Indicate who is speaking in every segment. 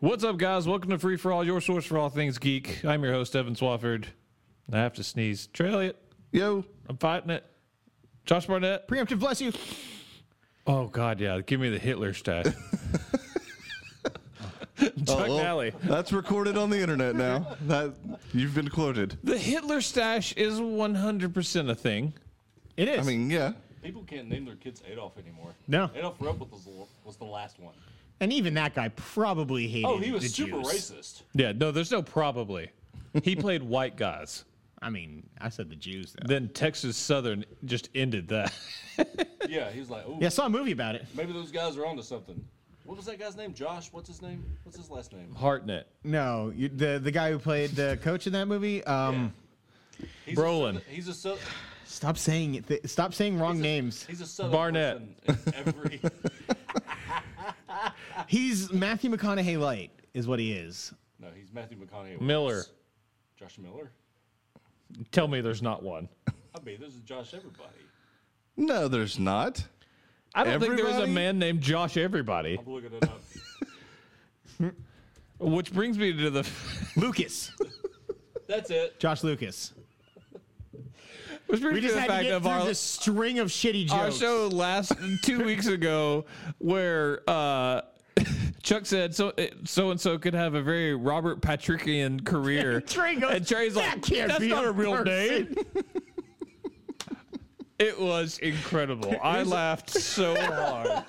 Speaker 1: What's up, guys? Welcome to Free for All, your source for all things geek. I'm your host, Evan Swafford. I have to sneeze. Trail it.
Speaker 2: Yo,
Speaker 1: I'm fighting it. Josh Barnett.
Speaker 2: preemptive, bless you.
Speaker 1: Oh, God, yeah. Give me the Hitler stat. Chuck
Speaker 2: well,
Speaker 1: Nally.
Speaker 2: That's recorded on the internet now. That you've been quoted.
Speaker 1: The Hitler stash is 100% a thing. It is.
Speaker 2: I mean, yeah.
Speaker 3: People can't name their kids Adolf anymore.
Speaker 4: No.
Speaker 3: Adolf Rupp was the, was the last one.
Speaker 4: And even that guy probably hated.
Speaker 3: Oh, he was
Speaker 4: the
Speaker 3: super
Speaker 4: Jews.
Speaker 3: racist.
Speaker 1: yeah, no, there's no probably. He played white guys.
Speaker 4: I mean, I said the Jews though.
Speaker 1: Then Texas Southern just ended that.
Speaker 3: Yeah, he was like, oh,
Speaker 4: Yeah, I saw a movie about it.
Speaker 3: maybe those guys are onto something. What was that guy's name? Josh? What's his name? What's his last name?
Speaker 1: Hartnett.
Speaker 5: No, you, the the guy who played the coach in that movie. Um,
Speaker 3: He's
Speaker 1: Brolin.
Speaker 3: A, Southern- he's a Southern.
Speaker 5: stop saying it. Th- stop saying wrong
Speaker 3: He's a,
Speaker 5: names.
Speaker 3: He's a Southern.
Speaker 1: Barnett.
Speaker 3: person in every.
Speaker 5: He's Matthew McConaughey light, is what he is.
Speaker 3: no, he's Matthew McConaughey.
Speaker 1: Miller.
Speaker 3: Josh Miller.
Speaker 1: Tell me there's not one.
Speaker 3: I mean, there's a Josh everybody.
Speaker 2: No, there's not.
Speaker 1: I don't think there was a
Speaker 2: Everybody?
Speaker 1: man named Josh Everybody.
Speaker 3: I'm looking it up.
Speaker 1: Which brings me to the
Speaker 5: Lucas,
Speaker 3: That's it.
Speaker 5: Josh Lucas.
Speaker 1: which brings
Speaker 5: We
Speaker 1: me to
Speaker 5: just
Speaker 1: the
Speaker 5: had to
Speaker 1: fact
Speaker 5: get
Speaker 1: of
Speaker 5: through
Speaker 1: our,
Speaker 5: this string of shitty jokes.
Speaker 1: our show last two weeks ago where uh, Chuck said so so and so could have a very Robert Patrickian career.
Speaker 4: Trey goes,
Speaker 1: and Trey's
Speaker 4: "That
Speaker 1: like,
Speaker 4: can't
Speaker 1: that's
Speaker 4: be
Speaker 1: not
Speaker 4: a
Speaker 1: a real
Speaker 4: person."
Speaker 1: name. it was incredible. I laughed so hard.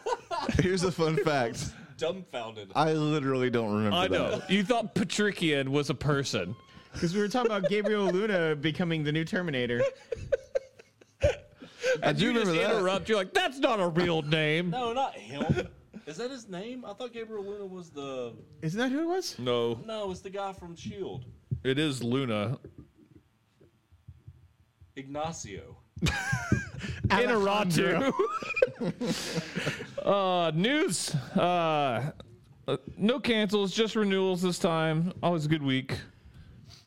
Speaker 2: Here's a fun fact.
Speaker 3: Dumbfounded.
Speaker 2: I literally don't remember
Speaker 1: I
Speaker 2: that.
Speaker 1: know. You thought Patrickian was a person.
Speaker 5: because we were talking about Gabriel Luna becoming the new Terminator.
Speaker 2: I do
Speaker 1: You just
Speaker 2: remember that.
Speaker 1: interrupt. You're like, that's not a real name.
Speaker 3: no, not him. Is that his name? I thought Gabriel Luna was the.
Speaker 5: Isn't that who it was?
Speaker 1: No,
Speaker 3: No, it's the guy from Shield.
Speaker 1: it is Luna.
Speaker 3: Ignacio.
Speaker 1: Interratu. uh, news. Uh, uh, no cancels, just renewals this time. Always a good week.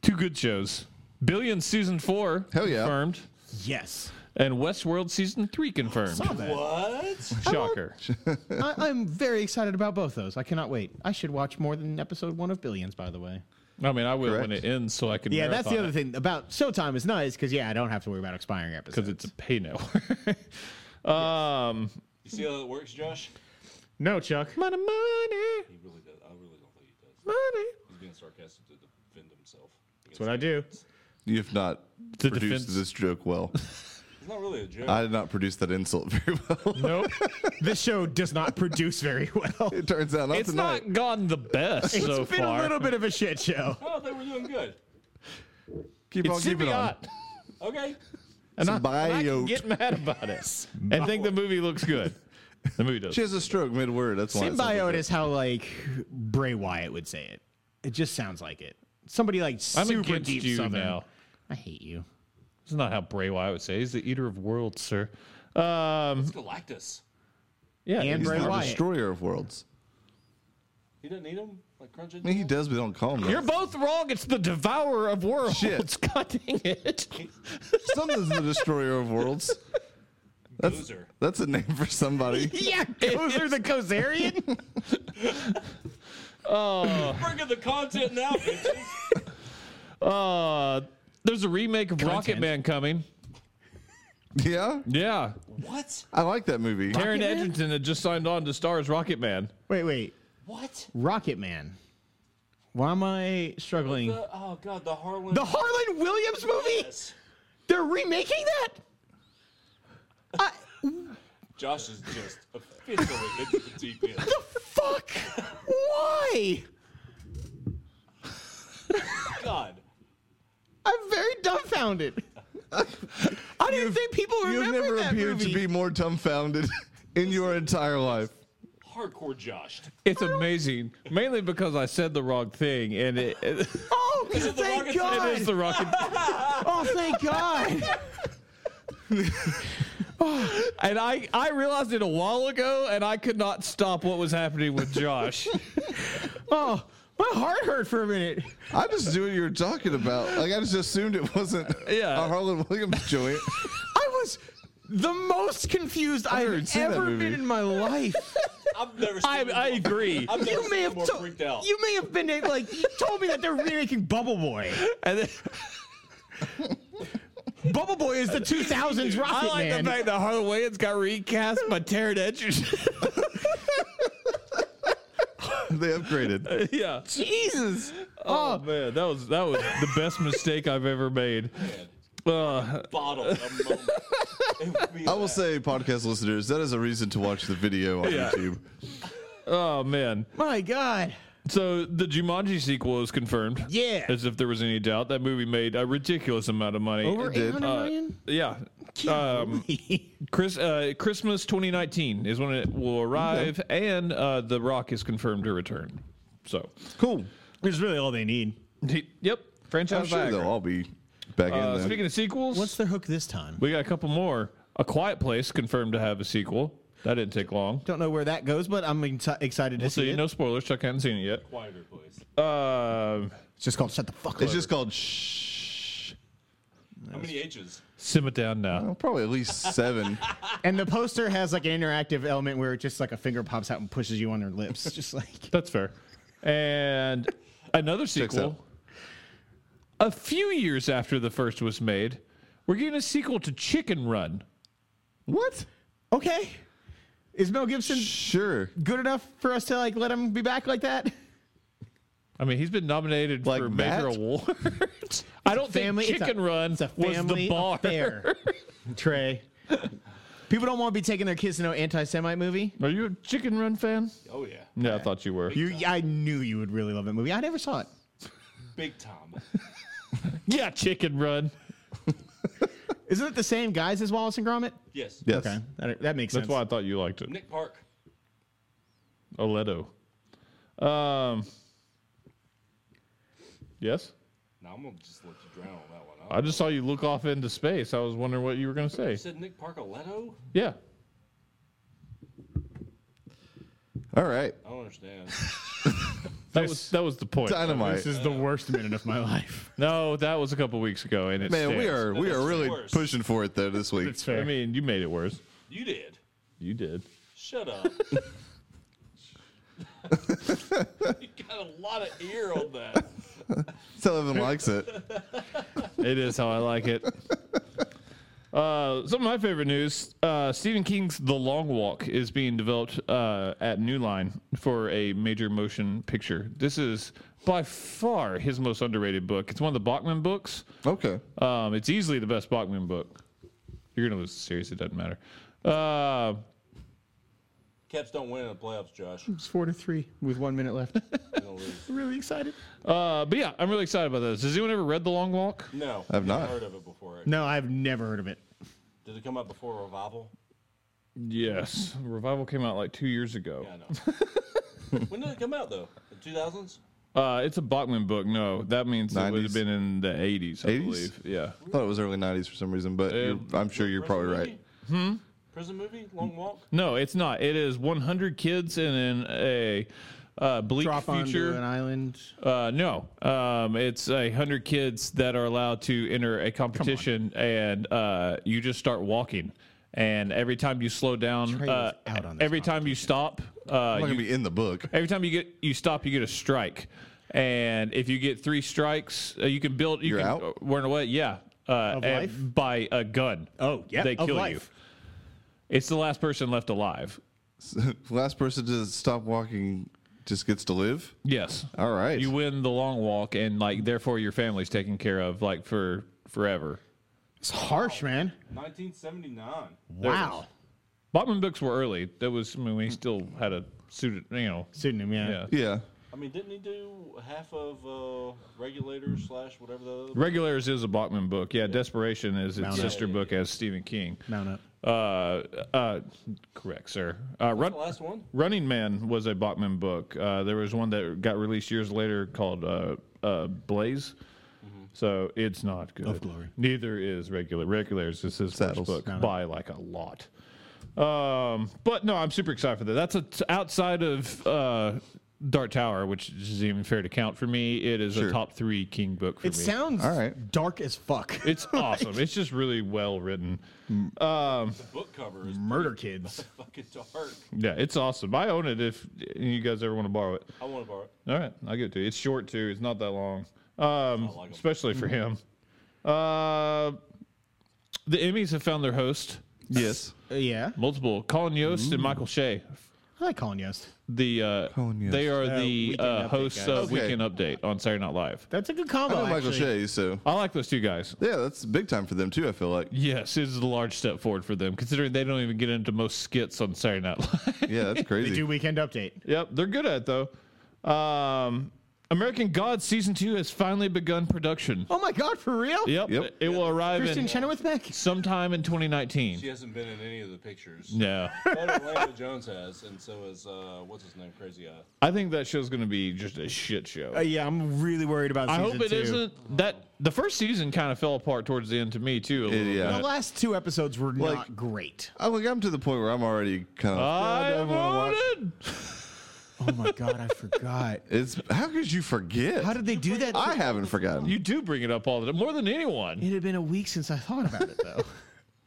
Speaker 1: Two good shows. Billion season four
Speaker 2: Hell yeah.
Speaker 1: confirmed,
Speaker 5: Yes.
Speaker 1: and Westworld season three confirmed.
Speaker 5: Saw that.
Speaker 3: What?
Speaker 1: Shocker.
Speaker 5: I, I'm very excited about both those. I cannot wait. I should watch more than episode one of Billions, by the way.
Speaker 1: I mean, I will when
Speaker 2: Correct.
Speaker 1: it ends, so I can.
Speaker 5: Yeah, that's the
Speaker 1: marathon
Speaker 5: other
Speaker 1: it,
Speaker 5: thing about Showtime is nice because yeah, I don't have to worry about expiring
Speaker 1: because
Speaker 5: episodes.
Speaker 1: it's a pay network. um,
Speaker 3: You see how that works, Josh?
Speaker 5: no, Chuck.
Speaker 1: money, money,
Speaker 3: He really does. I really don't think he does.
Speaker 1: money.
Speaker 3: He's being sarcastic to defend himself.
Speaker 5: That's what I do.
Speaker 2: You have not
Speaker 1: The
Speaker 2: produced
Speaker 1: defense-
Speaker 2: this joke well.
Speaker 3: It's not really a joke.
Speaker 2: I did not produce that insult very well.
Speaker 5: Nope. this show does not produce very well.
Speaker 2: It turns out not
Speaker 1: It's
Speaker 2: tonight.
Speaker 1: not gone the best
Speaker 5: It's
Speaker 1: so
Speaker 5: been
Speaker 1: far.
Speaker 5: a little bit of a shit show.
Speaker 3: oh, they were doing good.
Speaker 2: Keep
Speaker 1: It's
Speaker 2: on keeping on.
Speaker 1: symbiote.
Speaker 3: Okay.
Speaker 1: and I, and I can
Speaker 2: Symbiote.
Speaker 1: get mad about it and think the movie looks good. The movie does.
Speaker 2: She has a stroke mid word. That's why. it sounds like
Speaker 5: Symbiote
Speaker 2: that.
Speaker 5: is how like Bray Wyatt would say it. It just sounds like it. Somebody like
Speaker 1: I'm
Speaker 5: super
Speaker 1: against
Speaker 5: deep
Speaker 1: you
Speaker 5: southern.
Speaker 1: now.
Speaker 5: I hate you.
Speaker 1: It's not how Bray Wyatt would say. He's the eater of worlds, sir. Um,
Speaker 3: It's Galactus.
Speaker 1: yeah,
Speaker 5: And
Speaker 1: he's-
Speaker 2: He's
Speaker 5: Bray
Speaker 2: the
Speaker 5: Wyatt.
Speaker 2: destroyer of worlds.
Speaker 3: He doesn't need him? Like Crunch
Speaker 2: I mean, he
Speaker 3: He,
Speaker 2: does, but don't call him. that.
Speaker 1: You're both wrong. It's the devourer of worlds.
Speaker 2: Shit.
Speaker 1: Cutting it.
Speaker 2: Something's the destroyer of worlds.
Speaker 3: Loser.
Speaker 2: That's a name for somebody.
Speaker 5: Yeah, Gozer the Kozarian.
Speaker 3: Bring in the content now, bitches.
Speaker 1: Uh, there's a remake of Rocket
Speaker 5: Content.
Speaker 1: Man coming.
Speaker 2: Yeah,
Speaker 1: Yeah,
Speaker 3: what?
Speaker 2: I like that movie.
Speaker 1: Taron
Speaker 5: Man?
Speaker 1: Edgerton had just signed on to star as Rocket Man.
Speaker 5: wait, wait.
Speaker 3: What?
Speaker 5: Rocket Man. Why am I struggling?
Speaker 3: The, oh, God. The Harlan.
Speaker 5: The Harlan Williams movie?
Speaker 3: Yes.
Speaker 5: They're remaking that? I,
Speaker 3: Josh is just officially into the deep end.
Speaker 5: the fuck? Why?
Speaker 3: God.
Speaker 5: I'm very dumbfounded. I didn't think people
Speaker 2: You've
Speaker 5: remembered
Speaker 2: never
Speaker 5: that
Speaker 2: appeared
Speaker 5: movie.
Speaker 2: to be more dumbfounded in your entire life.
Speaker 3: Hardcore Joshed.
Speaker 1: It's amazing, mainly because I said the wrong thing, and it, it
Speaker 5: Oh,
Speaker 3: it the
Speaker 5: thank
Speaker 3: Rocket Man?
Speaker 5: God!
Speaker 1: is the Rocket.
Speaker 5: Oh, thank God!
Speaker 1: And I, I realized it a while ago, and I could not stop what was happening with Josh.
Speaker 5: Oh, my heart hurt for a minute.
Speaker 2: I just knew what you were talking about. Like I just assumed it wasn't
Speaker 1: Yeah.
Speaker 2: a Harlan Williams joint.
Speaker 5: I was the most confused I've
Speaker 2: haven't seen that
Speaker 5: ever
Speaker 2: movie.
Speaker 5: been in my life.
Speaker 3: I I've never seen
Speaker 1: I,
Speaker 3: you
Speaker 1: I
Speaker 3: more-
Speaker 1: agree.
Speaker 3: I've never
Speaker 5: You
Speaker 3: seen
Speaker 5: may
Speaker 3: you
Speaker 5: have
Speaker 3: more
Speaker 5: to-
Speaker 3: freaked out.
Speaker 5: you may have been like you told me that they're remaking Bubble Boy.
Speaker 1: And then,
Speaker 5: Bubble Boy is the 2000s
Speaker 1: I
Speaker 5: Rocket
Speaker 1: like
Speaker 5: Man.
Speaker 1: the fact that Harlan Williams got recast by Taryn Edgerton.
Speaker 2: they upgraded.
Speaker 1: yeah.
Speaker 5: Jesus.
Speaker 1: Oh man, that was that was the best mistake I've ever made. Uh,
Speaker 3: Bottle. a moment. It would be
Speaker 2: I will
Speaker 3: that.
Speaker 2: say, podcast listeners, that is a reason to watch the video on
Speaker 1: Yeah.
Speaker 2: YouTube.
Speaker 1: oh man.
Speaker 5: My God.
Speaker 1: So the Jumanji sequel is confirmed.
Speaker 5: Yeah.
Speaker 1: As if there was any doubt, that movie made a ridiculous amount of money.
Speaker 5: Over
Speaker 2: It did.
Speaker 5: 800
Speaker 1: Uh,
Speaker 5: million?
Speaker 1: yeah. Um, Chris, uh, Christmas 2019 is when it will arrive, and uh, The Rock is confirmed to return. So,
Speaker 2: Cool.
Speaker 5: It's really all they need.
Speaker 1: he- yep,
Speaker 2: I'm
Speaker 1: franchise
Speaker 2: Oh, sure
Speaker 1: back.
Speaker 2: they'll all be back
Speaker 1: Uh,
Speaker 2: in there.
Speaker 1: speaking of sequels,
Speaker 5: What's their hook this time?
Speaker 1: we got a couple more. A Quiet Place confirmed to have a sequel. That didn't take long.
Speaker 5: Don't know where that goes, but I'm exci- excited to
Speaker 1: So
Speaker 5: see
Speaker 1: you
Speaker 5: it.
Speaker 1: no spoilers. Chuck hasn't seen it yet.
Speaker 3: quieter voice.
Speaker 1: Um,
Speaker 5: it's just called Shut the Fuck Up.
Speaker 2: it's just called Shh.
Speaker 3: How many H's?
Speaker 1: sim it down now.
Speaker 2: Oh, probably at least seven.
Speaker 5: and the poster has like an interactive element where it just like a finger pops out and pushes you on their lips. just like
Speaker 1: That's fair. And another sequel.
Speaker 2: out.
Speaker 1: A few years after the first was made, we're getting a sequel to Chicken Run.
Speaker 5: What? Okay. Is Mel Gibson
Speaker 2: sure.
Speaker 5: good enough for us to like let him be back like that?
Speaker 1: I mean, he's been nominated
Speaker 2: Like
Speaker 1: for
Speaker 2: that?
Speaker 1: major awards. I don't
Speaker 5: family-
Speaker 1: think
Speaker 5: it's a-
Speaker 1: Chicken Run
Speaker 5: It's a
Speaker 1: was
Speaker 5: family
Speaker 1: the bar.
Speaker 5: affair. Trey. People don't want to be taking their kids to no anti-Semite movie.
Speaker 1: Are you a Chicken Run fan?
Speaker 3: Oh yeah,
Speaker 1: Yeah, I thought you were.
Speaker 5: You, I knew you would really love that movie. I never saw it.
Speaker 3: big time.
Speaker 1: yeah, Chicken Run.
Speaker 5: Isn't it the same guys as Wallace and Gromit?
Speaker 3: Yes.
Speaker 2: Yes.
Speaker 5: Okay, that, that makes
Speaker 1: That's
Speaker 5: sense.
Speaker 1: why I thought you liked it.
Speaker 3: Nick Park.
Speaker 1: Oleto. Um. Yes,
Speaker 3: Now I'm gonna just let you drown on that one. I
Speaker 1: I just saw you look off into space. I was wondering what you were going to say.
Speaker 3: said Nick Parkoletto.
Speaker 1: Yeah.
Speaker 2: All right.
Speaker 3: I don't understand.
Speaker 1: That was that was the point.
Speaker 2: Dynamite.
Speaker 5: is the worst minute of my life.
Speaker 1: No, that was a couple weeks ago, and it
Speaker 2: Man, we
Speaker 1: stands.
Speaker 2: are we
Speaker 3: That's
Speaker 2: are really
Speaker 3: worse.
Speaker 2: pushing for it though this week.
Speaker 5: fair.
Speaker 1: I mean, you made it worse.
Speaker 3: you did.
Speaker 1: You did.
Speaker 3: Shut up. you got a lot of ear on that.
Speaker 2: Tell Evan likes it.
Speaker 1: It is how I like it. Uh, some of my favorite news: uh, Stephen King's *The Long Walk* is being developed uh, at New Line for a major motion picture. This is by far his most underrated book. It's one of the Bachman books.
Speaker 2: Okay.
Speaker 1: Um, it's easily the best Bachman book. You're gonna lose the series. It doesn't matter. Uh,
Speaker 3: Caps don't win in the playoffs, Josh.
Speaker 5: It's four to three with one minute left.
Speaker 3: They're gonna lose.
Speaker 5: really excited.
Speaker 1: uh, but yeah, I'm really excited about this. Has anyone ever read *The Long Walk*?
Speaker 3: No,
Speaker 2: I've not.
Speaker 3: heard of it before. actually.
Speaker 5: No, I've never heard of it.
Speaker 3: Did it come out before revival?
Speaker 1: Yes, Revival came out like two years ago.
Speaker 3: Yeah, I know. when did it come out though? The 2000s?
Speaker 1: Uh, it's a Bachman book. No, that means it would
Speaker 2: 90s?
Speaker 1: have been in the 80s, I
Speaker 2: 80s?
Speaker 1: believe. Yeah.
Speaker 2: I thought it was early '90s for some reason, but you're, I'm sure you're probably
Speaker 3: Prison
Speaker 2: right.
Speaker 3: movie? Prison movie? Long walk?
Speaker 1: No, it's not. It is 100 kids in an, a uh, bleak
Speaker 5: Drop onto an
Speaker 1: future.
Speaker 5: island.
Speaker 1: Uh, no, um, it's a 100 kids that are allowed to enter a competition, and uh, you just start walking. And every time you slow down,
Speaker 5: Trey
Speaker 1: uh,
Speaker 5: was out on this
Speaker 1: every time you stop, uh,
Speaker 2: I'm not
Speaker 1: you
Speaker 2: gonna be in the book.
Speaker 1: Every time you get you stop, you get a strike, and if you get three strikes, uh, you can build. You
Speaker 2: You're
Speaker 1: can,
Speaker 2: out?
Speaker 1: uh, We're in a way, yeah. Uh, and
Speaker 5: life?
Speaker 1: by a gun.
Speaker 5: Oh, yeah,
Speaker 1: they
Speaker 5: of
Speaker 1: kill
Speaker 5: life.
Speaker 1: you. It's the last person left alive.
Speaker 2: Last person to stop walking just gets to live.
Speaker 1: Yes,
Speaker 2: All right.
Speaker 1: you win the long walk, and like therefore your family's taken care of, like for forever.
Speaker 5: It's harsh, man.
Speaker 3: 1979.
Speaker 5: Wow.
Speaker 1: Botman books were early. That was I mean we still had a suited, you know.
Speaker 5: Pseudonym, yeah.
Speaker 1: Yeah.
Speaker 2: yeah.
Speaker 3: I mean, didn't he do half of uh, Regulator slash whatever the other?
Speaker 1: Regulars is a Bachman book. Yeah, Desperation is its
Speaker 5: Mount Up.
Speaker 1: sister book as Stephen King.
Speaker 5: Mount up.
Speaker 1: Uh, uh, correct, sir. Uh, run,
Speaker 3: the last one?
Speaker 1: Running Man was a Bachman book. Uh, there was one that got released years later called uh, uh, Blaze. So it's not good.
Speaker 5: Of glory.
Speaker 1: Neither is regular. Regulars is his first
Speaker 2: Saddles.
Speaker 1: book
Speaker 5: No, no.
Speaker 1: by like a lot. Um, but no, I'm super excited for that. That's a, outside of uh, Dark Tower, which isn't even fair to count for me, it is
Speaker 2: Sure.
Speaker 1: a top three King book for
Speaker 5: It
Speaker 1: me.
Speaker 5: sounds
Speaker 2: All right.
Speaker 5: dark as fuck.
Speaker 1: it's awesome. It's just really well written.
Speaker 3: The book cover is
Speaker 5: Murder kids.
Speaker 3: fucking dark.
Speaker 1: Yeah, it's awesome. I own it if you guys ever want to borrow it.
Speaker 3: I want to borrow it.
Speaker 1: All right, I'll give it to you. It's short too. It's not that long, um,
Speaker 3: like 'em.
Speaker 1: especially for him. Uh, the Emmys have found their host,
Speaker 2: Yes.
Speaker 5: Uh, yeah.
Speaker 1: multiple Colin Yost and Michael Shea.
Speaker 5: I like Colin Yost.
Speaker 1: The uh,
Speaker 2: Colin Yost.
Speaker 1: they are
Speaker 5: Uh,
Speaker 1: the
Speaker 5: Weekend
Speaker 1: uh,
Speaker 5: Update
Speaker 1: hosts
Speaker 5: guys.
Speaker 2: Okay.
Speaker 1: of Weekend Update on Saturday Night Live.
Speaker 5: That's a good
Speaker 2: I
Speaker 5: combo.
Speaker 2: know Michael
Speaker 5: actually.
Speaker 2: Shea, so
Speaker 1: I like those two guys.
Speaker 2: yeah, that's big time for them too. I feel like
Speaker 1: Yes, it is a large step forward for them, considering they don't even get into most skits on Saturday Night Live.
Speaker 2: yeah, that's
Speaker 5: They
Speaker 2: crazy.
Speaker 5: do weekend update.
Speaker 1: yep, they're good at it, though. Um, American Gods season two has finally begun production.
Speaker 5: Oh my god, for real?
Speaker 1: Yep,
Speaker 2: Yep.
Speaker 1: it will arrive
Speaker 5: Kristen
Speaker 1: in
Speaker 5: Chenoweth back.
Speaker 1: sometime in 2019.
Speaker 3: She hasn't been in any of the pictures.
Speaker 1: No,
Speaker 3: But Atlanta Jones has, and so is uh, what's his name, Crazy Eye.
Speaker 1: I think that show's going to be just a shit show.
Speaker 5: Uh, yeah, I'm really worried about.
Speaker 1: I
Speaker 5: season
Speaker 1: hope it
Speaker 5: two.
Speaker 1: not that the first season kind of fell apart towards the end to me too. A little
Speaker 2: yeah.
Speaker 5: The
Speaker 1: bit.
Speaker 5: last two episodes were
Speaker 2: Like-
Speaker 5: not great.
Speaker 2: I like I'm to the point where I'm already kind of.
Speaker 1: I
Speaker 2: I don't want to watch.
Speaker 1: voted.
Speaker 5: Oh my god, I forgot.
Speaker 2: It's how could you forget?
Speaker 5: How did they do that?
Speaker 2: I haven't forgotten.
Speaker 1: You do bring it up all the time more than anyone.
Speaker 5: It had been a week since I thought about it though.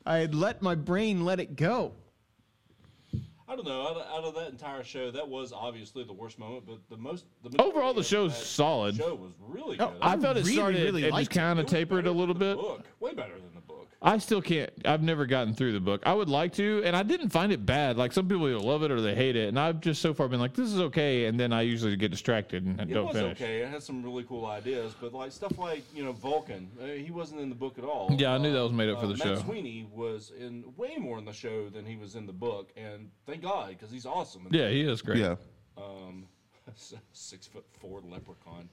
Speaker 5: I had let my brain let it go.
Speaker 3: I don't know. Out of, out of that entire show, that was obviously the worst moment, but the most. The
Speaker 1: Overall, the
Speaker 3: majority of
Speaker 1: show's
Speaker 3: that
Speaker 1: solid. Oh,
Speaker 3: Show was really good.
Speaker 1: I thought it
Speaker 5: really,
Speaker 1: started and
Speaker 5: really
Speaker 1: just
Speaker 5: liked it.
Speaker 1: kind of
Speaker 3: It was
Speaker 1: tapered
Speaker 3: better
Speaker 1: a little
Speaker 3: than the
Speaker 1: bit.
Speaker 3: Book way better than the book.
Speaker 1: I still can't. I've never gotten through the book. I would like to, and I didn't find it bad. Like some people either love it or they hate it, and I've just so far been like, "This is okay," and then I usually get distracted and
Speaker 3: It
Speaker 1: don't
Speaker 3: was
Speaker 1: finish.
Speaker 3: okay. It had some really cool ideas, but like stuff like you know Vulcan, uh, he wasn't in the book at all. Uh,
Speaker 1: Yeah, I knew that was made up for the
Speaker 3: Matt
Speaker 1: show.
Speaker 3: Sweeney was in way more in the show than he was in the book, and thank God because he's awesome. in
Speaker 1: Yeah, he is great.
Speaker 2: yeah.
Speaker 3: Um, six foot four leprechaun.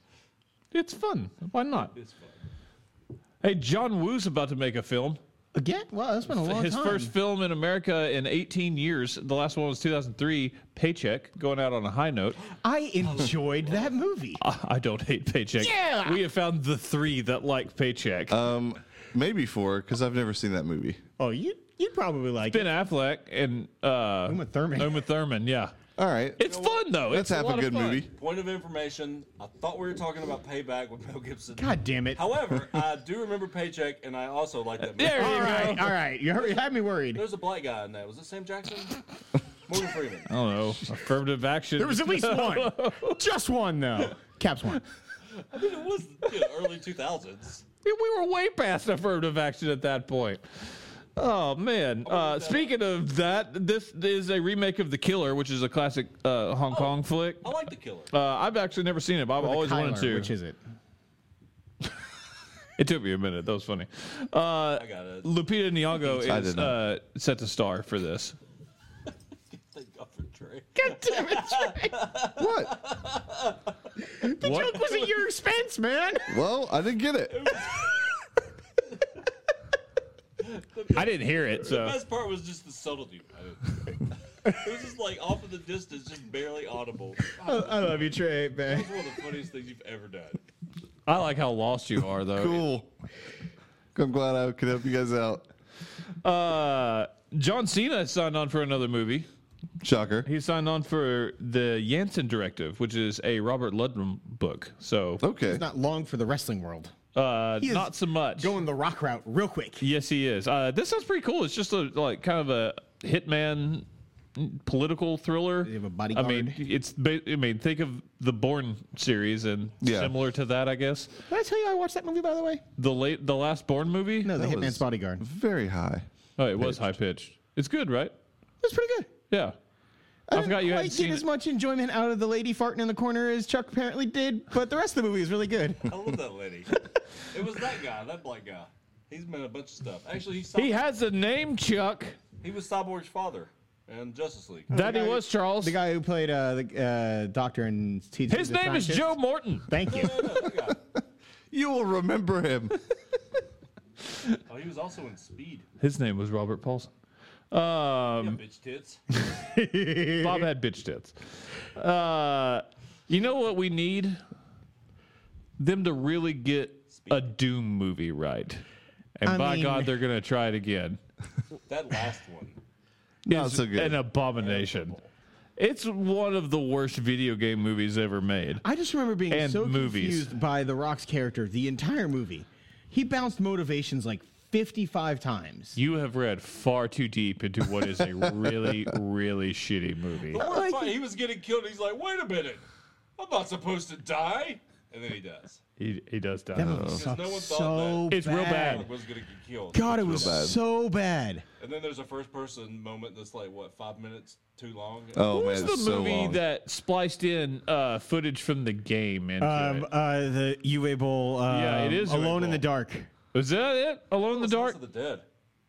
Speaker 1: it's fun. Why not?
Speaker 3: It's fun.
Speaker 1: Hey, John Woo's about to make a film.
Speaker 5: Again? Wow, that's been a long
Speaker 1: His
Speaker 5: time.
Speaker 1: first film in America in 18 years. The last one was 2003. Paycheck going out on a high note.
Speaker 5: I enjoyed that movie.
Speaker 1: I I don't hate Paycheck.
Speaker 5: Yeah!
Speaker 1: We have found the three that like Paycheck.
Speaker 2: Um, maybe four because I've never seen that movie.
Speaker 5: Oh, you you'd probably like
Speaker 1: ben
Speaker 5: it.
Speaker 1: Affleck and uh,
Speaker 5: Uma Thurman.
Speaker 1: Uma Thurman. Yeah,
Speaker 2: All right,
Speaker 1: it's fun though.
Speaker 2: let's
Speaker 1: it's a
Speaker 2: have a
Speaker 1: lot of
Speaker 2: good
Speaker 1: fun.
Speaker 2: movie.
Speaker 3: Point of information: I thought we were talking about Payback with Mel Gibson.
Speaker 5: God damn it!
Speaker 3: However, I do remember Paycheck, and I also like that movie.
Speaker 1: There you
Speaker 5: all
Speaker 1: go.
Speaker 5: right, all right. You already had me worried.
Speaker 3: There's a black guy in that. Was it Sam Jackson? Morgan Freeman.
Speaker 1: I don't know. Affirmative action.
Speaker 5: There was at least one, just one though. Caps one.
Speaker 3: It was you know, early 2000s.
Speaker 1: We were way past affirmative action at that point. Oh man! Uh, speaking of that, this is a remake of The Killer, which is a classic uh,
Speaker 5: Oh.
Speaker 1: Hong Kong flick.
Speaker 3: I like the killer.
Speaker 1: Uh, I've actually never seen it, but I've always wanted
Speaker 5: Kyler,
Speaker 1: to.
Speaker 5: Which is it?
Speaker 1: it took me a minute. That was funny. Uh,
Speaker 3: I got it.
Speaker 1: Lupita Nyong'o
Speaker 2: I
Speaker 1: is
Speaker 2: did not.
Speaker 1: uh, set to star for this.
Speaker 3: Thank God for Trey.
Speaker 5: God damn it! Trey.
Speaker 2: What?
Speaker 5: The joke was at your expense, man.
Speaker 2: Well, I didn't get it.
Speaker 1: I didn't hear it,
Speaker 3: The
Speaker 1: so
Speaker 3: best part was just the subtlety. of It It was just like off in the distance, just barely audible.
Speaker 5: I,
Speaker 3: God,
Speaker 5: I love you, Trey. Man.
Speaker 3: That's one of the funniest things you've ever done.
Speaker 1: I like how lost you are, though.
Speaker 2: Cool. I'm glad I could help you guys out.
Speaker 1: Uh, John Cena signed on for another movie.
Speaker 2: Shocker.
Speaker 1: He signed on for the Janssen Directive, which is a Robert Ludlum book. So,
Speaker 2: Okay.
Speaker 5: It's not long for the wrestling world.
Speaker 1: uh,
Speaker 5: Oh. is
Speaker 1: not so much.
Speaker 5: Going the rock route real quick.
Speaker 1: yes, he is. Uh, this sounds pretty cool. It's just a like kind of a hitman political thriller.
Speaker 5: You have a
Speaker 1: I
Speaker 5: bodyguard.
Speaker 1: mean, it's. Ba- I mean, think of the Bourne series and
Speaker 2: Yeah.
Speaker 1: similar to that, I guess.
Speaker 5: Did I tell you I watched that movie, by the way?
Speaker 1: The late, the last Bourne movie.
Speaker 5: No, The
Speaker 2: That
Speaker 5: Hitman's
Speaker 2: was
Speaker 5: Bodyguard. It
Speaker 2: Very high.
Speaker 1: oh, it was high pitched. It's good, right?
Speaker 5: was pretty good.
Speaker 1: Yeah.
Speaker 5: I,
Speaker 1: I,
Speaker 5: didn't
Speaker 1: forgot you
Speaker 5: quite
Speaker 1: hadn't
Speaker 5: get
Speaker 1: seen
Speaker 5: as
Speaker 1: it.
Speaker 5: much enjoyment out of the lady farting in the corner as Chuck apparently did, but the rest of the movie is really good.
Speaker 3: I love that lady. It was that guy, that black guy. He's been in a bunch of stuff. Actually, he's
Speaker 1: He has a name, Chuck.
Speaker 3: He was Cyborg's father in Justice League.
Speaker 1: That he
Speaker 5: guy-
Speaker 1: was Charles.
Speaker 5: The guy who played uh, the uh, doctor in Teacher.
Speaker 1: His name is Joe Morton.
Speaker 5: Thank you.
Speaker 3: No, no, that guy.
Speaker 2: You will remember him.
Speaker 3: Oh, he was also in Speed.
Speaker 1: His name was Robert Paulson.
Speaker 3: Yeah,
Speaker 5: Mm.
Speaker 1: Um,
Speaker 3: bitch tits.
Speaker 1: Bob had bitch tits. Uh, you know what we need? Them to really get a Doom movie right. And
Speaker 5: I
Speaker 1: by
Speaker 5: mean-
Speaker 1: God, they're going to try it again.
Speaker 3: That last one.
Speaker 2: Not so good.
Speaker 1: An abomination. It's one of the worst video game movies ever made.
Speaker 5: I just remember being
Speaker 1: And
Speaker 5: so
Speaker 1: movies.
Speaker 5: confused by The Rock's character the entire movie. He bounced motivations like 55 times.
Speaker 1: You have read far too deep into what is a really, really shitty movie.
Speaker 3: But we're fine. He was getting killed. He's like, wait a minute, I'm not supposed to die, and then he does.
Speaker 1: He, he does die.
Speaker 5: That movie
Speaker 3: no
Speaker 5: sucked
Speaker 3: one thought
Speaker 5: so
Speaker 1: that. Oh. It's real
Speaker 5: bad.
Speaker 1: bad.
Speaker 3: Was gonna get killed.
Speaker 5: God, it was
Speaker 2: bad.
Speaker 5: so bad.
Speaker 3: And then there's a first person moment that's like what five minutes too long.
Speaker 5: Uh,
Speaker 2: Oh
Speaker 1: What
Speaker 2: man,
Speaker 1: was
Speaker 2: it's
Speaker 1: the
Speaker 2: so
Speaker 1: movie
Speaker 2: long.
Speaker 1: that spliced in uh, footage from the game into
Speaker 5: Um,
Speaker 1: it?
Speaker 5: uh, the UA Bowl. Um,
Speaker 1: Yeah, it is UA
Speaker 5: Alone in
Speaker 1: Bowl.
Speaker 5: the Dark.
Speaker 1: Was that it? Alone in the
Speaker 3: It's House
Speaker 1: Dark?
Speaker 3: of the Dead.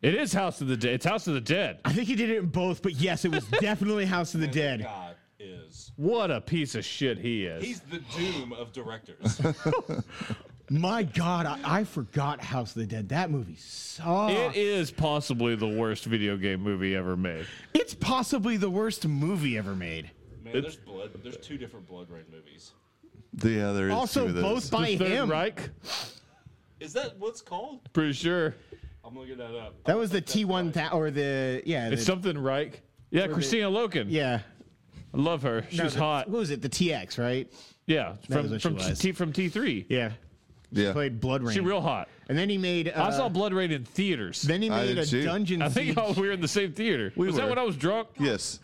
Speaker 1: It is House of the Dead. It's House of the Dead.
Speaker 5: I think he did it in both, but yes, it was definitely House of the Dead.
Speaker 3: God is.
Speaker 1: What a piece of shit he is.
Speaker 3: He's the doom of directors.
Speaker 5: My God, I, I forgot House of the Dead. That movie sucked.
Speaker 1: it is possibly the worst video game movie ever made.
Speaker 5: It's possibly the worst movie ever made.
Speaker 3: Man, there's blood. There's two different Blood Rain movies.
Speaker 2: Yeah, there is
Speaker 5: Also,
Speaker 2: two of
Speaker 5: both
Speaker 2: those.
Speaker 5: by
Speaker 1: The Third
Speaker 5: him.
Speaker 1: Reich?
Speaker 3: Is that what's called?
Speaker 1: Pretty sure.
Speaker 3: I'm looking that up.
Speaker 5: That was the T one thou or the yeah. The,
Speaker 1: It's something Reich. Yeah, Christina Loken.
Speaker 5: yeah.
Speaker 1: I love her. She's
Speaker 5: No, the-
Speaker 1: hot.
Speaker 5: What was it? The TX, right?
Speaker 1: Yeah,
Speaker 5: is
Speaker 1: from
Speaker 5: what
Speaker 1: from
Speaker 5: she was.
Speaker 1: T, from T3.
Speaker 5: Yeah.
Speaker 2: Yeah.
Speaker 5: Played Blood Rain.
Speaker 1: She real hot.
Speaker 5: and then he made. Uh,
Speaker 1: I saw Blood Rain in theaters.
Speaker 5: Then he
Speaker 2: I
Speaker 5: made
Speaker 2: did
Speaker 5: a
Speaker 2: too.
Speaker 5: dungeon.
Speaker 1: I think
Speaker 5: siege.
Speaker 1: y'all we were in the same theater. was that
Speaker 2: were.
Speaker 1: when I was drunk?
Speaker 2: Yes,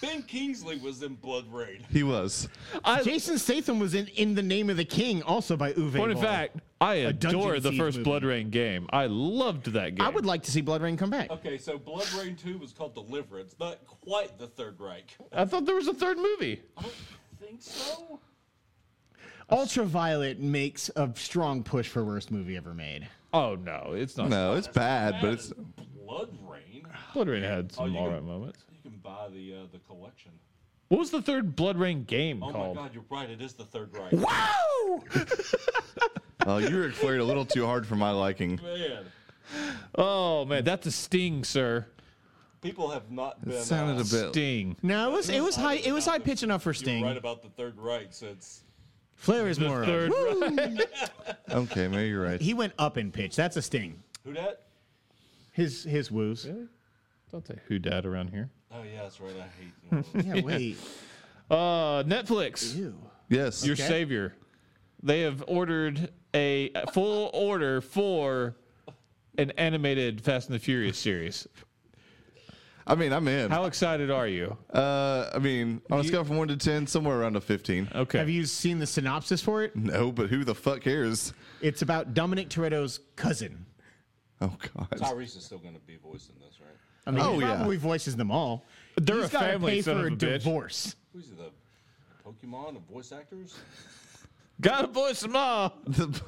Speaker 3: Ben Kingsley was in Blood Rain.
Speaker 2: he was.
Speaker 1: I,
Speaker 5: Jason Statham was in In the Name of the King, also by Uwe.
Speaker 1: Point in
Speaker 5: Boll.
Speaker 1: fact, I
Speaker 5: dungeon
Speaker 1: adore the
Speaker 5: siege
Speaker 1: first
Speaker 5: movie.
Speaker 1: Blood Rain game. I loved that game.
Speaker 5: I would like to see Blood Rain come back.
Speaker 3: Okay, so Blood Rain 2 was called Deliverance, not quite the Third Reich.
Speaker 1: I thought there was a third movie.
Speaker 3: I don't think so.
Speaker 5: Ultraviolet makes a strong push for worst movie ever made.
Speaker 1: Oh no, it's not.
Speaker 2: No, it's bad, but
Speaker 3: That
Speaker 2: it's
Speaker 3: is Blood Rain.
Speaker 1: Blood Rain had
Speaker 3: Oh,
Speaker 1: some
Speaker 3: you
Speaker 1: alright
Speaker 3: can-
Speaker 1: moments.
Speaker 3: You can buy the uh, the collection.
Speaker 1: What was the third Blood Rain game
Speaker 3: Oh
Speaker 1: called?
Speaker 3: my God, you're right. It is the Third Reich.
Speaker 1: Wow!
Speaker 2: uh, you were flared a little too hard for my liking.
Speaker 3: Man,
Speaker 1: Oh man, that's a sting, sir.
Speaker 3: people have not been.
Speaker 2: It sounded
Speaker 3: uh,
Speaker 2: a bit.
Speaker 1: Sting.
Speaker 5: No, it was it was high it was high pitch enough for
Speaker 3: You
Speaker 5: Sting.
Speaker 3: were right about the Third Reich, so it's
Speaker 5: Flair is more. of a-
Speaker 1: Third
Speaker 2: Okay, maybe you're right.
Speaker 5: He went up in pitch. That's a Sting.
Speaker 3: who that?
Speaker 5: His his woos.
Speaker 1: Don't say who dad around here.
Speaker 3: Oh yeah, that's right. I hate.
Speaker 5: Yeah, wait.
Speaker 1: Uh, Netflix,
Speaker 5: Ew.
Speaker 2: Yes,
Speaker 1: your savior. They have ordered a a full order for an animated Fast and the Furious series.
Speaker 2: I mean, I'm in.
Speaker 1: How excited are you?
Speaker 2: Uh, I mean, on a scale from one to ten, somewhere around a fifteen.
Speaker 1: Okay.
Speaker 5: Have you seen the synopsis for it?
Speaker 2: No, but who the fuck cares?
Speaker 5: It's about Dominic Toretto's cousin.
Speaker 2: Oh God.
Speaker 3: Tyrese is still going to be voicing this, right?
Speaker 5: I mean,
Speaker 2: Oh,
Speaker 5: he
Speaker 2: yeah.
Speaker 5: probably voices them all.
Speaker 1: They're
Speaker 5: He's
Speaker 1: a
Speaker 5: gotta
Speaker 1: family,
Speaker 5: pay
Speaker 1: son
Speaker 5: for
Speaker 1: of a bitch.
Speaker 5: divorce.
Speaker 3: Who's he, the Pokemon of voice actors?
Speaker 1: Gotta voice them all.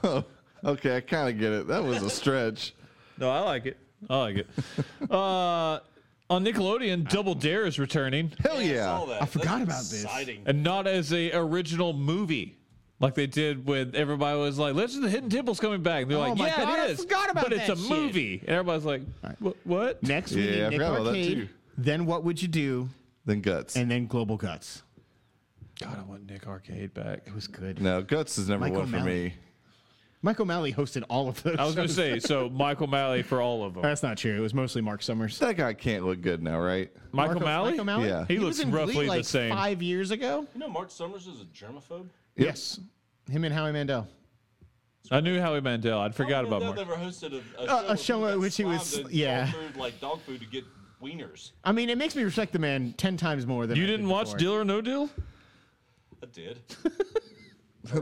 Speaker 2: oh, okay, I kind of get it. That was a stretch.
Speaker 1: No, I like it. I like it. uh, on Nickelodeon, Double Dare is returning,
Speaker 2: Hell
Speaker 3: I saw
Speaker 2: yeah.
Speaker 3: that.
Speaker 5: I forgot
Speaker 3: That's
Speaker 5: about this.
Speaker 3: Exciting.
Speaker 1: and not as a original movie. Like they did with everybody was like, "Legend of the Hidden Temple's coming back." And they're like,
Speaker 5: Oh my
Speaker 1: "Yeah,
Speaker 5: God, I
Speaker 1: it is."
Speaker 5: forgot about
Speaker 1: but it's a
Speaker 5: that shit.
Speaker 1: movie, and everybody's like, "Wh- "What?"
Speaker 5: Next
Speaker 2: Yeah,
Speaker 5: we need
Speaker 2: I
Speaker 5: Nick
Speaker 2: forgot about that,
Speaker 5: Arcade,
Speaker 2: too.
Speaker 5: then What Would You Do,
Speaker 2: Then guts.
Speaker 5: and then Global Guts.
Speaker 1: God, I want Nick Arcade back.
Speaker 5: It was good.
Speaker 2: No, guts is never
Speaker 5: Michael
Speaker 2: one for
Speaker 5: Malley.
Speaker 2: me.
Speaker 5: Mike O'Malley hosted all of those.
Speaker 1: I was gonna say so. Michael Malley for all of them.
Speaker 5: That's not true. It was mostly Mark Summers.
Speaker 2: That guy can't look good now, right?
Speaker 1: Michael
Speaker 5: Marco-
Speaker 1: Malley.
Speaker 5: Mike O'Malley?
Speaker 2: Yeah.
Speaker 1: He, looks
Speaker 5: was in Glee,
Speaker 1: roughly
Speaker 5: like
Speaker 1: the same.
Speaker 5: Five years ago.
Speaker 3: You know, Mark Summers is a germaphobe.
Speaker 5: Yes. Him and Howie Mandel.
Speaker 1: I knew Howie Mandel. I'd forgot
Speaker 3: Oh,
Speaker 1: about
Speaker 3: no,
Speaker 1: Mark.
Speaker 3: I've never hosted a, a,
Speaker 5: Uh, a
Speaker 3: show
Speaker 5: show
Speaker 3: where
Speaker 5: in
Speaker 3: people
Speaker 5: which he
Speaker 3: got
Speaker 5: was-
Speaker 3: slammed and
Speaker 5: yeah.
Speaker 3: thrown through, like dog food to get wieners.
Speaker 5: I mean, it makes me respect the man ten times more than
Speaker 1: You
Speaker 5: I did
Speaker 1: didn't watch
Speaker 5: before.
Speaker 1: Deal or No Deal?
Speaker 3: I did.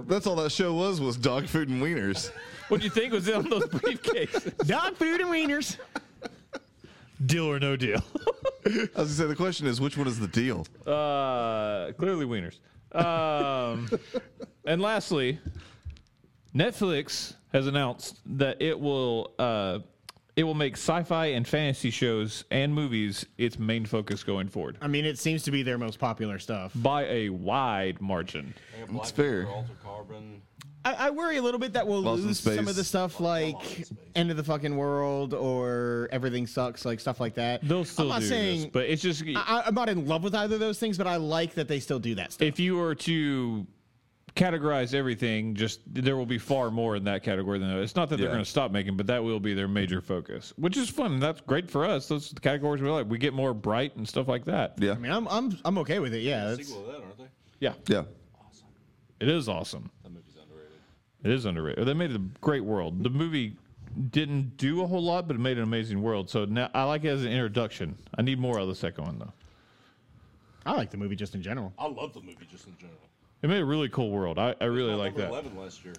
Speaker 2: That's all that show was was dog food and wieners.
Speaker 1: What do you think was in those briefcases?
Speaker 5: Dog food and wieners.
Speaker 1: deal or No Deal.
Speaker 2: I was gonna say the question is which one is the deal?
Speaker 1: Uh, clearly wieners. Um, and lastly, Netflix has announced that it will uh, it will make sci-fi and fantasy shows and movies its main focus going forward
Speaker 5: I mean, it seems to be their most popular stuff.
Speaker 1: by a wide margin.
Speaker 3: Like a Black
Speaker 2: fair.
Speaker 3: Mirror, Altered Carbon.
Speaker 5: I, I worry a little bit that we'll
Speaker 2: Lost in
Speaker 5: lose some
Speaker 2: Space.
Speaker 5: of the stuff like
Speaker 3: Lost in Space.
Speaker 5: End of the Fucking World or Everything Sucks, like stuff like that.
Speaker 1: They'll still
Speaker 5: I'm not
Speaker 1: do
Speaker 5: saying
Speaker 1: this, but it's just
Speaker 5: I, I'm not in love with either of those things, but I like that they still do that stuff.
Speaker 1: if you were to categorize everything, just there will be far more in that category than that. It's not that they're
Speaker 2: Yeah.
Speaker 1: going to stop making, but that will be their major focus, which is fun. That's great for us. Those are the categories we like. We get more bright and stuff like that.
Speaker 2: Yeah.
Speaker 5: I mean, I'm I'm I'm okay with it. Yeah,
Speaker 3: The
Speaker 5: that's-
Speaker 3: sequel to that, aren't they?
Speaker 1: Yeah.
Speaker 2: Yeah.
Speaker 1: It is awesome.
Speaker 3: That movie's underrated.
Speaker 1: It is underrated. They made a great world. The movie didn't do a whole lot, but it made an amazing world. So now I like it as an introduction. I need more of the second one though.
Speaker 5: I like the movie just in general.
Speaker 3: I love the movie just in general.
Speaker 1: It made a really cool world. I, I really
Speaker 3: I
Speaker 1: like
Speaker 3: number
Speaker 1: that.
Speaker 3: Eleven last year.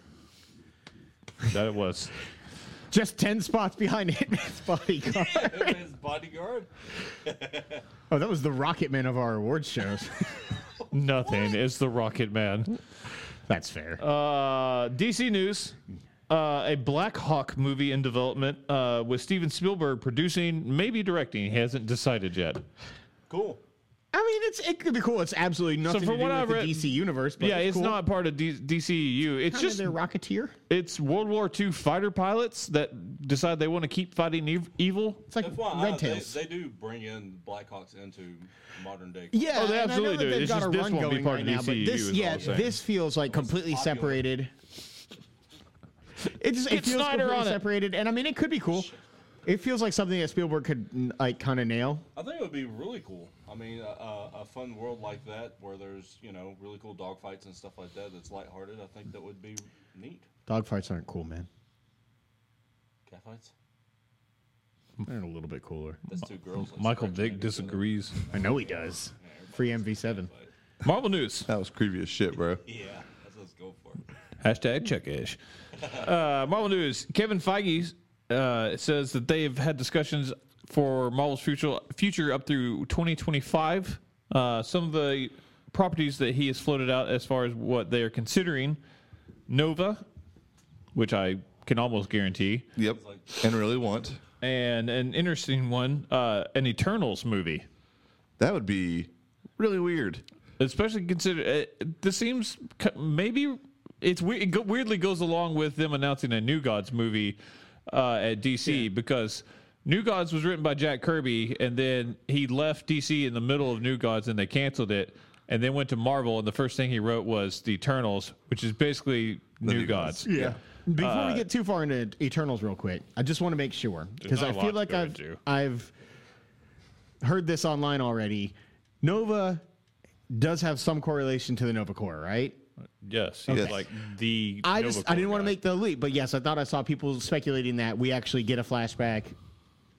Speaker 1: That it was.
Speaker 5: Just ten spots behind Hitman's Bodyguard.
Speaker 3: His bodyguard.
Speaker 5: Oh, that was the Rocket Man of our award shows.
Speaker 1: Nothing. It's the Rocket Man.
Speaker 5: that's fair.
Speaker 1: Uh, DC News. Uh, a Black Hawk movie in development uh, with Steven Spielberg producing, maybe directing. He hasn't decided yet.
Speaker 3: Cool.
Speaker 5: I mean, it's it could be cool. It's absolutely nothing
Speaker 1: from
Speaker 5: to do
Speaker 1: what
Speaker 5: with
Speaker 1: I've
Speaker 5: the
Speaker 1: read-
Speaker 5: DC universe. But
Speaker 1: yeah, it's
Speaker 5: cool.
Speaker 1: not part of D- DCU. It's
Speaker 5: Kinda
Speaker 1: just
Speaker 5: their Rocketeer.
Speaker 1: it's World War II fighter pilots that decide they want to keep fighting ev- evil.
Speaker 5: It's like
Speaker 3: FYI,
Speaker 5: Red
Speaker 3: they-
Speaker 5: Tails.
Speaker 3: They, do bring in Blackhawks into modern day.
Speaker 5: yeah,
Speaker 1: Oh, they
Speaker 5: and I know
Speaker 1: absolutely
Speaker 5: that
Speaker 1: do.
Speaker 5: they've
Speaker 1: It's
Speaker 5: got
Speaker 1: just
Speaker 5: a
Speaker 1: this
Speaker 5: run
Speaker 1: won't be
Speaker 5: going
Speaker 1: part
Speaker 5: right
Speaker 1: of
Speaker 5: now, but
Speaker 1: DCU is
Speaker 5: This,
Speaker 1: all
Speaker 5: yeah,
Speaker 1: I'm saying.
Speaker 5: this feels like completely
Speaker 3: popular.
Speaker 5: separated. It just it
Speaker 1: Get
Speaker 5: feels
Speaker 1: Snyder
Speaker 5: completely
Speaker 1: on it.
Speaker 5: separated, and I mean, it could be cool. It feels like something that Spielberg could n- like kind of nail.
Speaker 3: I think it would be really cool. I mean, a, a, a fun world like that where there's you know really cool dogfights and stuff like that. That's lighthearted. I think that would be neat.
Speaker 5: Dogfights aren't cool, man.
Speaker 3: Catfights.
Speaker 5: They're a little bit cooler.
Speaker 3: That's two girls. like,
Speaker 1: Michael
Speaker 3: scratching
Speaker 1: Vick
Speaker 3: at each other.
Speaker 1: disagrees.
Speaker 5: I know he does. Free MV7.
Speaker 3: But,
Speaker 1: Marvel News.
Speaker 2: That was creepy as shit, bro.
Speaker 3: yeah, that's let's go for. it.
Speaker 1: Hashtag checkish. Uh, Marvel News. Kevin Feige uh, says that they've had discussions for Marvel's future future up through 2025. Uh, some of the properties that he has floated out as far as what they are considering: Nova, which I can almost guarantee,
Speaker 2: Yep. And really want.
Speaker 1: and an interesting one, uh, an Eternals movie.
Speaker 2: That would be really weird.
Speaker 1: especially consider uh, this seems c- maybe it's we- it go- weirdly goes along with them announcing a New Gods movie uh, at DC because New Gods was written by Jack Kirby and then he left DC in the middle of New Gods and they canceled it and then went to Marvel and the first thing he wrote was The Eternals, which is basically New,
Speaker 2: New
Speaker 1: Gods.
Speaker 2: Gods.
Speaker 5: Yeah. Before
Speaker 1: Uh,
Speaker 5: we get too far into Eternals, real quick, I just want to make sure because
Speaker 1: not
Speaker 5: I
Speaker 1: a lot
Speaker 5: feel
Speaker 1: to
Speaker 5: like
Speaker 1: go
Speaker 5: I've
Speaker 1: into.
Speaker 5: I've heard this online already. Nova does have some correlation to the Nova Corps, right?
Speaker 1: Yes, he's
Speaker 2: Yes.
Speaker 1: like the.
Speaker 5: I
Speaker 1: Nova
Speaker 5: just I
Speaker 1: Corps
Speaker 5: didn't want to
Speaker 1: guy.
Speaker 5: make the leap, but yes, I thought I saw people speculating that we actually get a flashback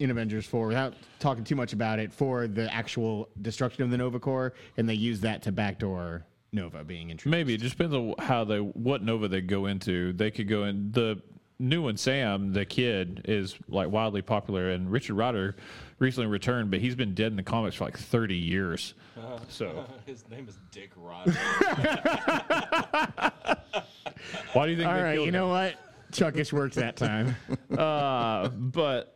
Speaker 5: in Avengers 4 without talking too much about it for the actual destruction of the Nova Corps, and they use that to backdoor Nova being introduced.
Speaker 1: Maybe it just depends on how they what Nova they go into. They could go in the new one. Sam, the kid, is like wildly popular, and Richard Ryder recently returned, but he's been dead in the comics for like thirty years. So
Speaker 3: His name is Dick Ryder.
Speaker 1: why do you think?
Speaker 5: All
Speaker 1: they
Speaker 5: right,
Speaker 1: killed
Speaker 5: you
Speaker 1: him?
Speaker 5: know what? Chuckish worked that time.
Speaker 1: but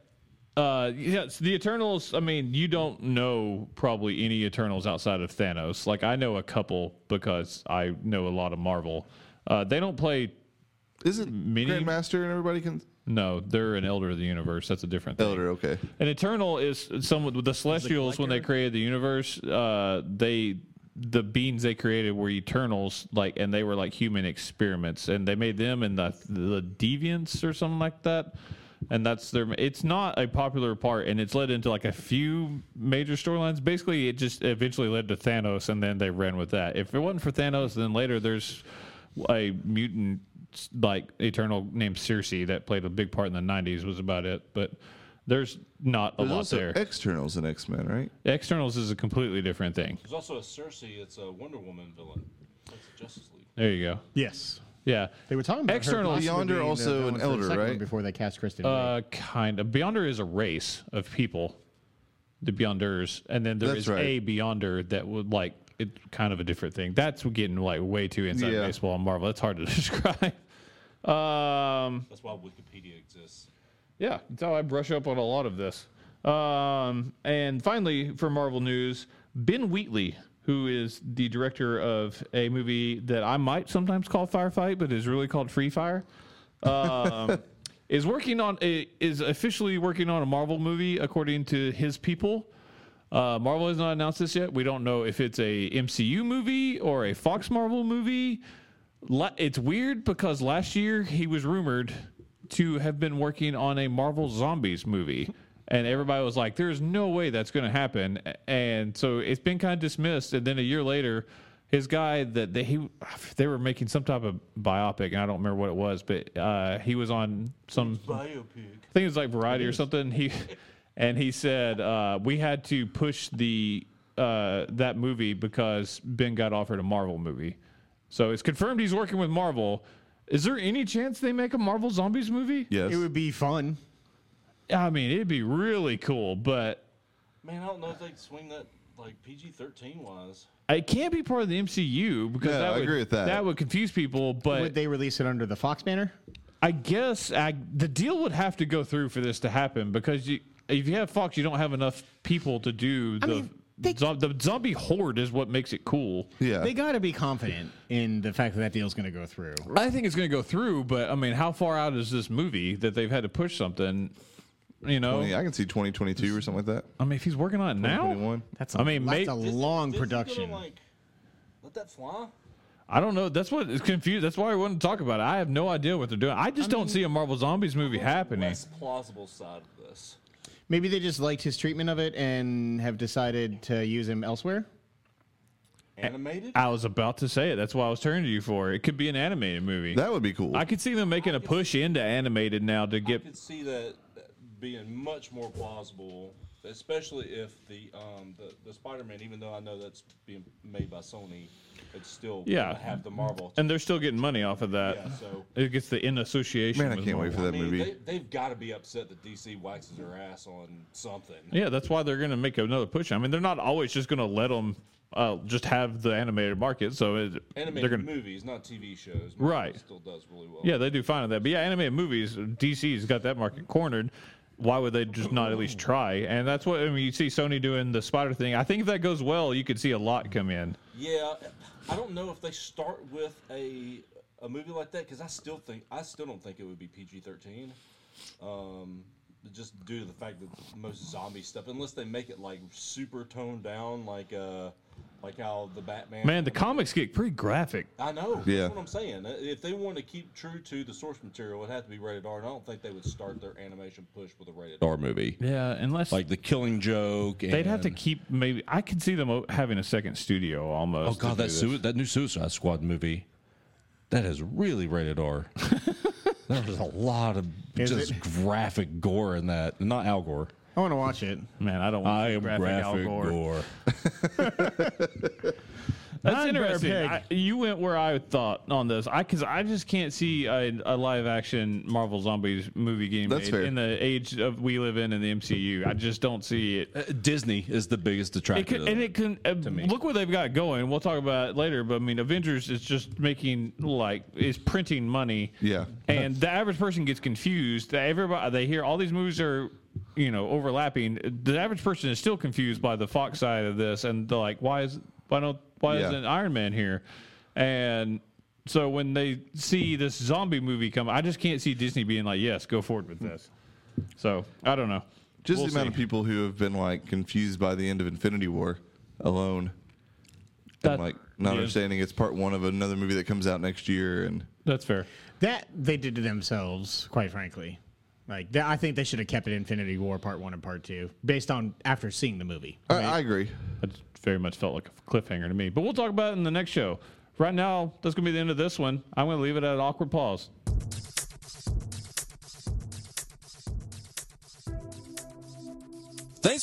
Speaker 1: uh yes the eternals i mean you don't know probably any eternals outside of thanos like i know a couple because i know a lot of marvel uh they don't play
Speaker 2: Isn't
Speaker 1: Mini-
Speaker 2: Grandmaster and everybody can
Speaker 1: no they're an elder of the universe that's a different thing
Speaker 2: Elder? Okay.
Speaker 1: An eternal is some the Celestials when they created the universe. Uh, they the beings they created were Eternals, like, and they were like human experiments, and they made them and the the Deviants or something like that. And that's their. It's not a popular part, and it's led into like a few major storylines. Basically, it just eventually led to Thanos, and then they ran with that. If it wasn't for Thanos, then later there's a mutant like Eternal named Circe that played a big part in the '90s. Was about it, but there's not a
Speaker 2: There's
Speaker 1: lot
Speaker 2: also
Speaker 1: there.
Speaker 2: externals in X Men, right?
Speaker 1: Externals is a completely different thing.
Speaker 3: There's also a Cersei. It's a Wonder Woman villain. That's the Justice League.
Speaker 1: There you go.
Speaker 5: yes.
Speaker 1: Yeah,
Speaker 5: They were talking about her
Speaker 1: External
Speaker 5: possibly
Speaker 2: Beyonder
Speaker 5: being the
Speaker 2: also
Speaker 5: villain
Speaker 2: an
Speaker 5: for the
Speaker 2: elder,
Speaker 5: second one
Speaker 2: right?
Speaker 5: Before they cast Kristen. Wiig.
Speaker 1: Uh, kind of. Beyonder is a race of people, the Beyonders, and then there is
Speaker 2: That's right.
Speaker 1: a Beyonder that would like it's kind of a different thing. That's getting like way too inside
Speaker 2: Yeah.
Speaker 1: baseball and Marvel. That's hard to describe. Um,
Speaker 3: That's why Wikipedia exists.
Speaker 1: Yeah, that's how I brush up on a lot of this. Um, and finally, for Marvel news, Ben Wheatley, who is the director of a movie that I might sometimes call Firefight, but is really called Free Fire, um, is working on a, is officially working on a Marvel movie according to his people. Uh, Marvel has not announced this yet. We don't know if it's a MCU movie or a Fox Marvel movie. La- it's weird because last year he was rumored to have been working on a Marvel Zombies movie. And everybody was like, there's no way that's going to happen. A- And so it's been kind of dismissed. And then a year later, his guy that they, he they were making some type of biopic, and I don't remember what it was, but uh, he was on some
Speaker 3: Biopic.
Speaker 1: I think it was like Variety or something. He and he said uh, we had to push the uh, that movie because Ben got offered a Marvel movie, so it's confirmed he's working with Marvel. Is there any chance they make a Marvel Zombies movie?
Speaker 2: Yes.
Speaker 5: It would be fun.
Speaker 1: I mean, it'd be really cool, but
Speaker 3: Man, I don't know if they'd swing that like PG thirteen wise.
Speaker 1: it can't be part of the MCU because
Speaker 2: Yeah,
Speaker 1: that
Speaker 2: I
Speaker 1: would,
Speaker 2: agree with that.
Speaker 1: That would confuse people. But
Speaker 5: Would they release it under the Fox banner?
Speaker 1: I guess I, the deal would have to go through for this to happen because you, if you have Fox, you don't have enough people to do the.
Speaker 5: mean, they-
Speaker 1: zom- the zombie horde is what makes it cool.
Speaker 2: yeah.
Speaker 5: They got to be confident in the fact that that deal's going to go through.
Speaker 1: I think it's going to go through, but I mean, how far out is this movie that they've had to push something? You know,
Speaker 2: I, mean, I can see 2022 or something like that.
Speaker 1: I mean, if he's working on it now,
Speaker 2: 2021.
Speaker 5: That's
Speaker 1: I
Speaker 5: a-
Speaker 1: mean,
Speaker 5: that's
Speaker 1: may-
Speaker 5: a
Speaker 3: Disney-
Speaker 5: long
Speaker 3: Disney gonna,
Speaker 5: production.
Speaker 3: like, let that fly.
Speaker 1: I don't know. That's what is confused. That's why I wanted to talk about it. I have no idea what they're doing. I just don't see a Marvel Zombies movie
Speaker 3: What's the
Speaker 1: happening.
Speaker 3: Less plausible side of this.
Speaker 5: Maybe they just liked his treatment of it and have decided to use him elsewhere.
Speaker 3: Animated.
Speaker 1: I was about to say it. That's why I was turning to you for. It could be an animated movie.
Speaker 2: That would be cool.
Speaker 1: I could see them making a push into animated now to
Speaker 3: I
Speaker 1: get.
Speaker 3: could see that being much more plausible, especially if the um, the, the Spider-Man, even though I know that's being made by Sony, it's still gonna
Speaker 1: Yeah.
Speaker 3: have the Marvel.
Speaker 1: And they're still getting money off of that.
Speaker 3: yeah, so
Speaker 1: It gets the in association.
Speaker 2: Man, I
Speaker 1: with
Speaker 2: can't wait
Speaker 1: Marvel.
Speaker 2: for that
Speaker 3: I mean,
Speaker 2: movie.
Speaker 3: they, they've got to be upset that DC waxes their ass on something.
Speaker 1: Yeah, that's why they're going to make another push. I mean, they're not always just going to let them uh, just have the animated market. So it, they're
Speaker 3: Animated
Speaker 1: going to.
Speaker 3: movies, not TV shows. Marvel
Speaker 1: Right.
Speaker 3: Still does really well.
Speaker 1: Yeah, they do fine at that. But yeah, animated movies, DC's got that market cornered. Why would they just not at least try? And that's what I mean. You see Sony doing the spider thing. I think if that goes well, you could see a lot come in.
Speaker 3: Yeah, I don't know if they start with a a movie like that because I still think I still don't think it would be PG thirteen, um, just due to the fact that most zombie stuff, unless they make it like super toned down, like uh, like how the Batman.
Speaker 1: Man, the comics get pretty graphic.
Speaker 3: I know.
Speaker 2: Yeah.
Speaker 3: That's what I'm saying. Uh, If they want to keep true to the source material, it had to be rated R, and I don't think they would start their animation push with a rated R.
Speaker 6: Our movie,
Speaker 1: Yeah, unless
Speaker 6: like the Killing Joke. And,
Speaker 1: they'd have to keep maybe. I could see them o- having a second studio
Speaker 6: Oh
Speaker 1: almost. to
Speaker 6: god,
Speaker 1: do
Speaker 6: that
Speaker 1: this.
Speaker 6: sui- that new Suicide Squad movie, that is really rated R. there was a lot of
Speaker 5: Is
Speaker 6: just
Speaker 5: it?
Speaker 6: graphic gore in that. Not Al Gore.
Speaker 5: I want to watch it.
Speaker 1: man. I don't. want
Speaker 6: I am graphic,
Speaker 1: Al
Speaker 6: gore.
Speaker 1: Gore. That's
Speaker 5: I'm Brad
Speaker 1: interesting.
Speaker 5: Pegg.
Speaker 1: I, you went where I thought on this. I because I just can't see a, a live action Marvel zombies movie game
Speaker 2: That's
Speaker 1: made
Speaker 2: fair.
Speaker 1: in the age of we live in in the MCU. I just don't see it.
Speaker 6: Uh, Disney is the biggest
Speaker 1: It
Speaker 6: detractor.
Speaker 1: could, and it can uh, look what they've got going. We'll talk about it later, but I mean, Avengers is just making like is printing money.
Speaker 2: Yeah.
Speaker 1: and the average person gets confused. Everybody they hear all these movies are you know overlapping. The average person is still confused by the Fox side of this, and they're like, why is why don't why
Speaker 2: Yeah.
Speaker 1: isn't Iron Man here? And so when they see this zombie movie come, I just can't see Disney being like, yes, go forward with this. So I don't know.
Speaker 2: Just
Speaker 1: We'll
Speaker 2: the amount
Speaker 1: see.
Speaker 2: of people who have been like confused by the end of Infinity War alone,
Speaker 1: That-
Speaker 2: and like not
Speaker 1: yeah.
Speaker 2: understanding it's part one of another movie that comes out next year. And
Speaker 1: That's fair.
Speaker 5: That they did to themselves, quite frankly. Like that, I think they should have kept it Infinity War Part One and Part Two, based on after seeing the movie.
Speaker 2: I, I agree.
Speaker 1: That very much felt like a cliffhanger to me. But we'll talk about it in the next show. Right now, that's going to be the end of this one. I'm going to leave it at an awkward pause.
Speaker 6: Thanks